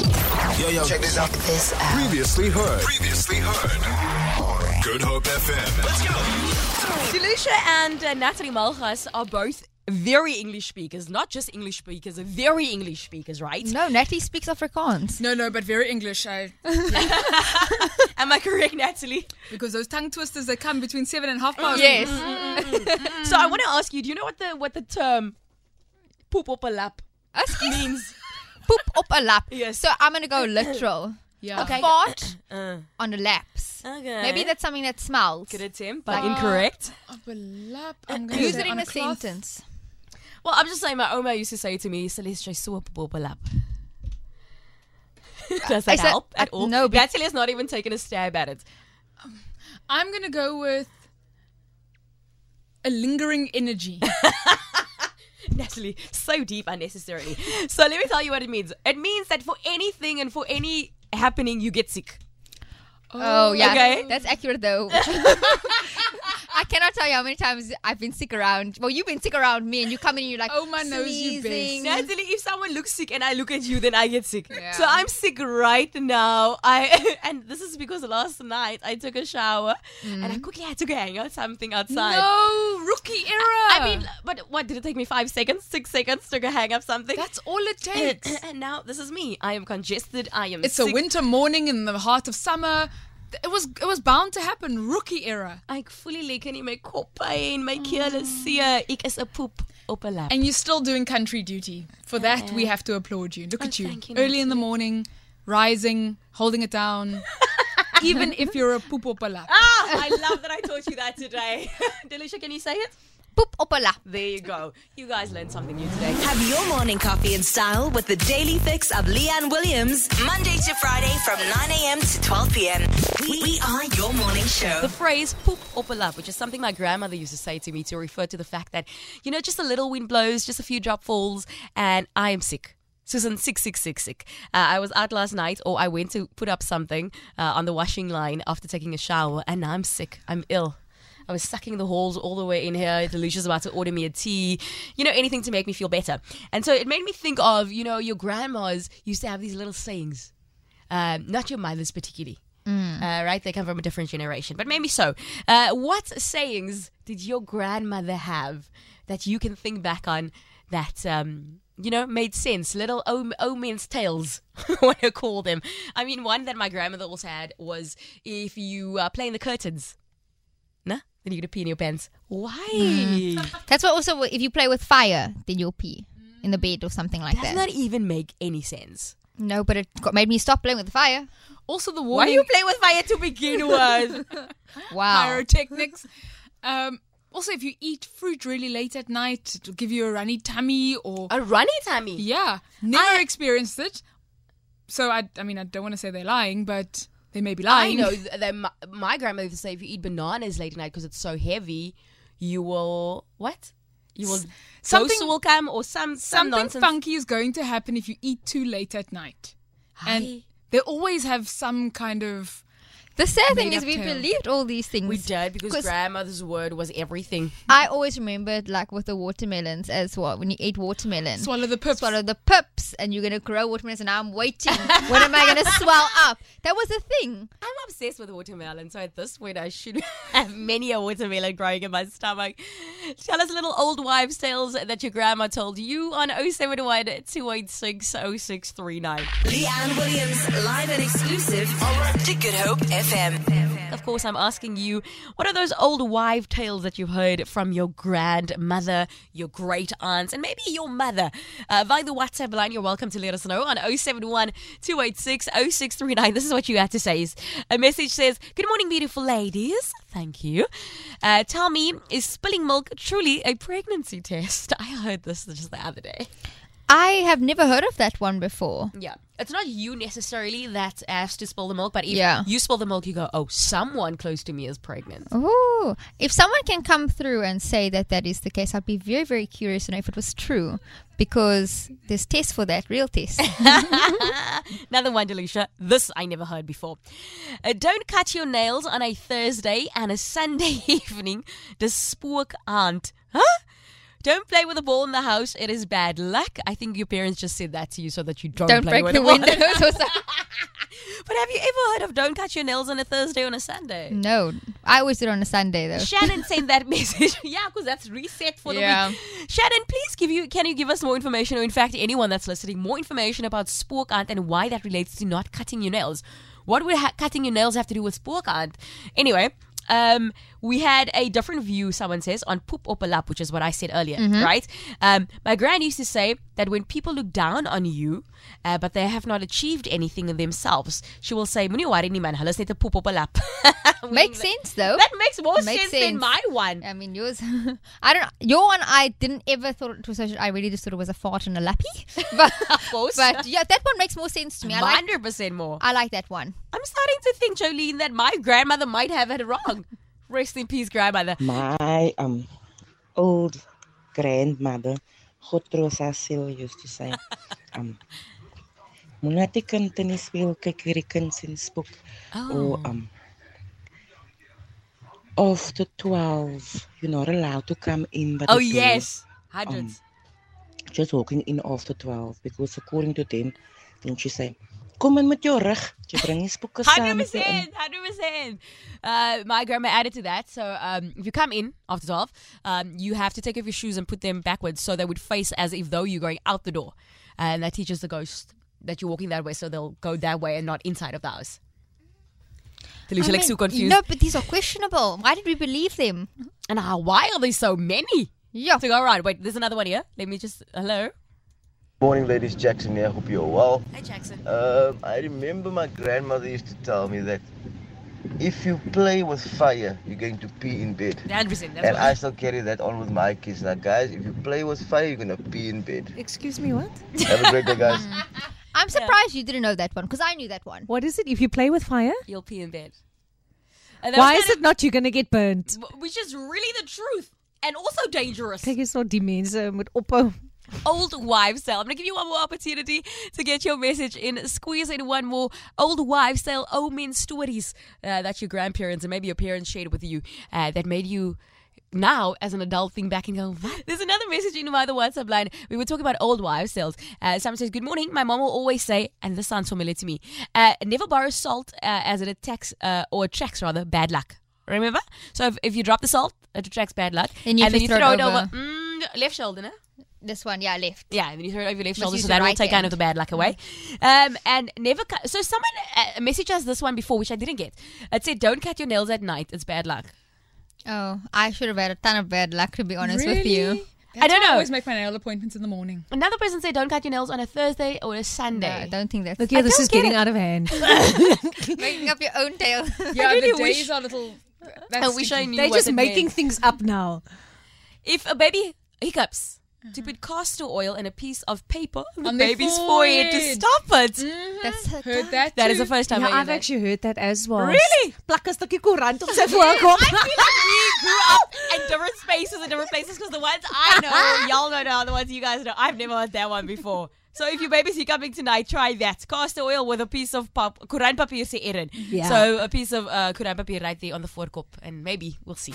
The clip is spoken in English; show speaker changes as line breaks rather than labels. yo, yo. Check this out.
This out.
Previously heard. Previously heard. Good Hope FM. Let's
Delucia and uh, Natalie Malchus are both very English speakers, not just English speakers, very English speakers, right?
No, Natalie speaks Afrikaans.
No, no, but very English. I,
Am I correct, Natalie?
because those tongue twisters that come between seven and half past.
Yes. Mm.
So I want to ask you, do you know what the what the term poop up a lap means?
Poop up a lap.
Yes.
So I'm going to go literal.
Yeah. Oh,
A fart on the laps.
Okay.
Maybe that's something that smells.
Good attempt, but
Ah.
incorrect.
Overlap. I'm gonna
Use
say
it in
on
a
cloth.
sentence.
Well, I'm just saying, my Oma used to say to me, Celeste, I saw a poop up a lap. Does that
Is that-
help at
uh,
all?
no, but-
Natalie has not even taken a stab at it.
I'm gonna go with a lingering energy.
Natalie, so deep unnecessarily. So let me tell you what it means. It means that for anything and for any happening, you get sick.
Oh, yeah.
Okay.
That's accurate, though. I cannot tell you how many times I've been sick around. Well, you've been sick around me, and you come in and you're like,
Oh, my nose, you best.
sneezing.
Natalie, if someone looks sick and I look at you, then I get sick.
Mm. Yeah.
So I'm sick right now. I and this is because last night I took a shower and I quickly had to go hang out something outside.
Mm. no rookie error.
I mean, but what did it take me five seconds, six seconds to go hang up something?
that's all it takes.
and now this is me. I am congested. I am.
it's a
sick.
winter morning in the heart of summer. Th- It was it was bound to happen. Rookie error.
I fully leak in my kopijn,
Mm.
my keel Ik is a poop op een lap.
And you're still doing country duty. For that, we have to applaud you. Look at you.
Oh, thank you,
Early in the morning, rising, holding it down. Even if you're a pupopala.
Ah, I love that I taught you that today. Delisha, can you say it?
Poop up a lap.
There you go. You guys learned something new today.
Have your morning coffee in style with the daily fix of Leanne Williams, Monday to Friday from 9 a.m. to 12 p.m. We, we are your morning show.
The phrase poop up a lap, which is something my grandmother used to say to me to refer to the fact that, you know, just a little wind blows, just a few drop falls, and I am sick. Susan, sick, sick, sick, sick. Uh, I was out last night, or I went to put up something uh, on the washing line after taking a shower, and I'm sick. I'm ill. I was sucking the halls all the way in here. Delucia's about to order me a tea, you know, anything to make me feel better. And so it made me think of, you know, your grandmas used to have these little sayings, um, not your mothers particularly uh, right? They come from a different generation, but maybe so. Uh, what sayings did your grandmother have that you can think back on that, um, you know, made sense? Little om- omens tales, I want to call them. I mean, one that my grandmother also had was if you uh, play in the curtains, nah, then you're going to pee in your pants. Why?
That's what also, if you play with fire, then you'll pee in the bed or something like
Does
that.
not even make any sense.
no, but it got, made me stop playing with fire.
Also, the
Why do
warning
you play with fire to begin with?
Wow.
pyrotechnics. um, also, if you eat fruit really late at night, it'll give you a runny tummy or.
a runny tummy.
Yeah, never experienced it. So, I, I mean, I don't want to say they're lying, but they may be
I
lying.
know th- that my, my grandmother used to say if you eat bananas late at night because it's so heavy, you will what? You will something
something-
will come or some some
Something
nonsense.
funky is going to happen if you eat too late at night. And they always have some kind of.
The sad thing
Made
is,
up
we
tale.
believed all these things.
We did because
'Cause
grandmother's word was everything.
I always remembered, like with the watermelons as well, when you ate watermelon.
Swallow the pips.
Swallow the pips, and you're gonna grow watermelons. And now I'm waiting. when am I gonna swell up? That was the thing.
I'm obsessed with watermelon, so at this point I should have many a watermelon growing in my stomach. Tell us little old wives' tales that your grandma told you on 071 286 0639.
Leanne Williams, live and exclusive to Good Hope FM.
Of course, I'm asking you, what are those old wives' tales that you've heard from your grandmother, your great aunts, and maybe your mother? Uh, via the WhatsApp line, you're welcome to let us know on 071 286 0639. This is what you had to say. Is A message says, Good morning, beautiful ladies. Thank you. Uh, tell me, is spilling milk truly a pregnancy test? I heard this just the other day.
I have never heard of that one before.
Yeah. It's not you necessarily that has to spill the milk, but if
Yeah.
you spill the milk, you go, Oh, someone close to me is pregnant.
Ooh! If someone can come through and say that that is the case, I'd be very, very curious to know if it was true, because there's tests for that, real tests.
Another one, Delucia. This I never heard before. Uh, don't cut your nails on a Thursday and a Sunday evening. The spook aunt. Huh? Don't play with a ball in the house. It is bad luck. I think your parents just said that to you so that you don't,
Don't
play
break
with
the
a ball.
windows or something.
But have you ever heard of don't cut your nails on a Thursday on a Sunday?
No, I always do it on a Sunday though.
Shannon sent that message. yeah, because that's reset for the
Yeah.
week. Shannon, please give you can you give us more information, or in fact, anyone that's listening, more information about sporkant and why that relates to not cutting your nails. What would ha- cutting your nails have to do with sporkant? Anyway. Um, we had a different view, someone says, on poop or palap, which is what I said earlier,
Mm-hmm.
right? Um, my gran used to say that when people look down on you, uh, but they have not achieved anything themselves, she will say, "Moenie worry nie man, hulle is net 'n poep op 'n lap."
Makes sense though.
That makes more
Makes
sense,
sense.
than my one.
I mean, yours. I don't. Your one, I didn't ever thought it was. Such, I really just thought it was a fart and a lappy. But,
Of course.
but yeah, that one makes more sense to me. I like.
Hundred percent more.
I like that one.
I'm starting to think, Jolene, that my grandmother might have it wrong. Rest in peace, grandmother.
My um old grandmother, Godro Cecil used to say, um Munati kan tennis speel kikerikens in spook
Oh.
or um after twelve you're not allowed to come in but
Oh
the doors
yes, hundreds.
just walking in after 12 because according to them then she say kom in met jou rug jy bring die spooke saam
Hundred
met jou
percent,
in
hundred percent. Uh, My grandma added to that. So um, if you come in after twelve, um, you have to take off your shoes and put them backwards, so they would face as if though you're going out the door, and that teaches the ghost that you're walking that way, so they'll go that way and not inside of the house. Delusia,
I
like
mean,
so confused.
No, but these are questionable. Why did we believe them?
And how, why are there so many?
Yeah.
So, all right, wait, there's another one here. Let me just, hello.
Morning, ladies. Jackson here. Hope you're well.
Hey, Jackson.
Um, I remember my grandmother used to tell me that if you play with fire, you're going to pee in bed.
Anderson, that's
And
what
I still carry that on with my kids. Now, guys, if you play with fire, you're going to pee in bed.
Excuse me, what?
Have a great day, guys.
I'm surprised you didn't know that one because I knew that one.
What is it? If you play with fire,
you'll pee in bed. And that
why
was
is it
kind
not you're going to get burnt?
of- Which is really the truth. And also dangerous.
Kyk hierso die mense met ophou.
Old wives sale. I'm going to give you one more opportunity to get your message in. Squeeze in one more old wives sale, old men stories uh, that your grandparents and maybe your parents shared with you uh, that made you now as an adult think back and go, what? There's another message in my the WhatsApp line. We were talking about old wives sales. Uh, someone says, good morning. My mom will always say, and this sounds familiar to me, uh, never borrow salt uh, as it attacks uh, or attracts rather bad luck. Remember? So if, if you drop the salt, it attracts bad luck.
And you have
then
to
you
throw it
throw it over,
over.
mm, left shoulder, no?
This one, yeah, left.
Yeah, and then you throw it over your
Must
left shoulder,
use
so
the
that will
right
take
hand.
kind
Mm.
of the bad luck away. Um, and never cut. So someone uh, messaged us this one before, which I didn't get. It said, "Don't cut your nails at night; it's bad luck."
Oh, I should have had a ton of bad luck to be honest with you.
I don't
why I
know.
always make my nail appointments in the morning.
Another person said, "Don't cut your nails on a Thursday or a
No, I
Sunday."
don't think that's
Look here, this
don't
is
get
getting
it.
out of hand.
making up your own tale.
Yeah,
really
the days
wish-
are little.
I
That's
wish I knew.
They're
what
just
it
making
meant.
things up now.
If a baby hiccups,
Uh-huh.
to put castor oil and a piece of paper on the
On their
baby's forehead. to
forehead.
stop it.
That's
heard that.
That is
too.
the first time
Yeah,
I hear
I've
that.
actually heard that as well.
Really?
Plak 'n stukkie koerant op sy voorkop.
I feel like we grew up in different spaces and different places because the ones I know, y'all don't know, the ones you guys know, I've never heard that one before. So if your baby's coming tonight, try that. Castor oil with a piece of pap- Quran papier se Erin.
Yeah.
So a piece of uh, Quran papier right there on the forekop and maybe we'll see.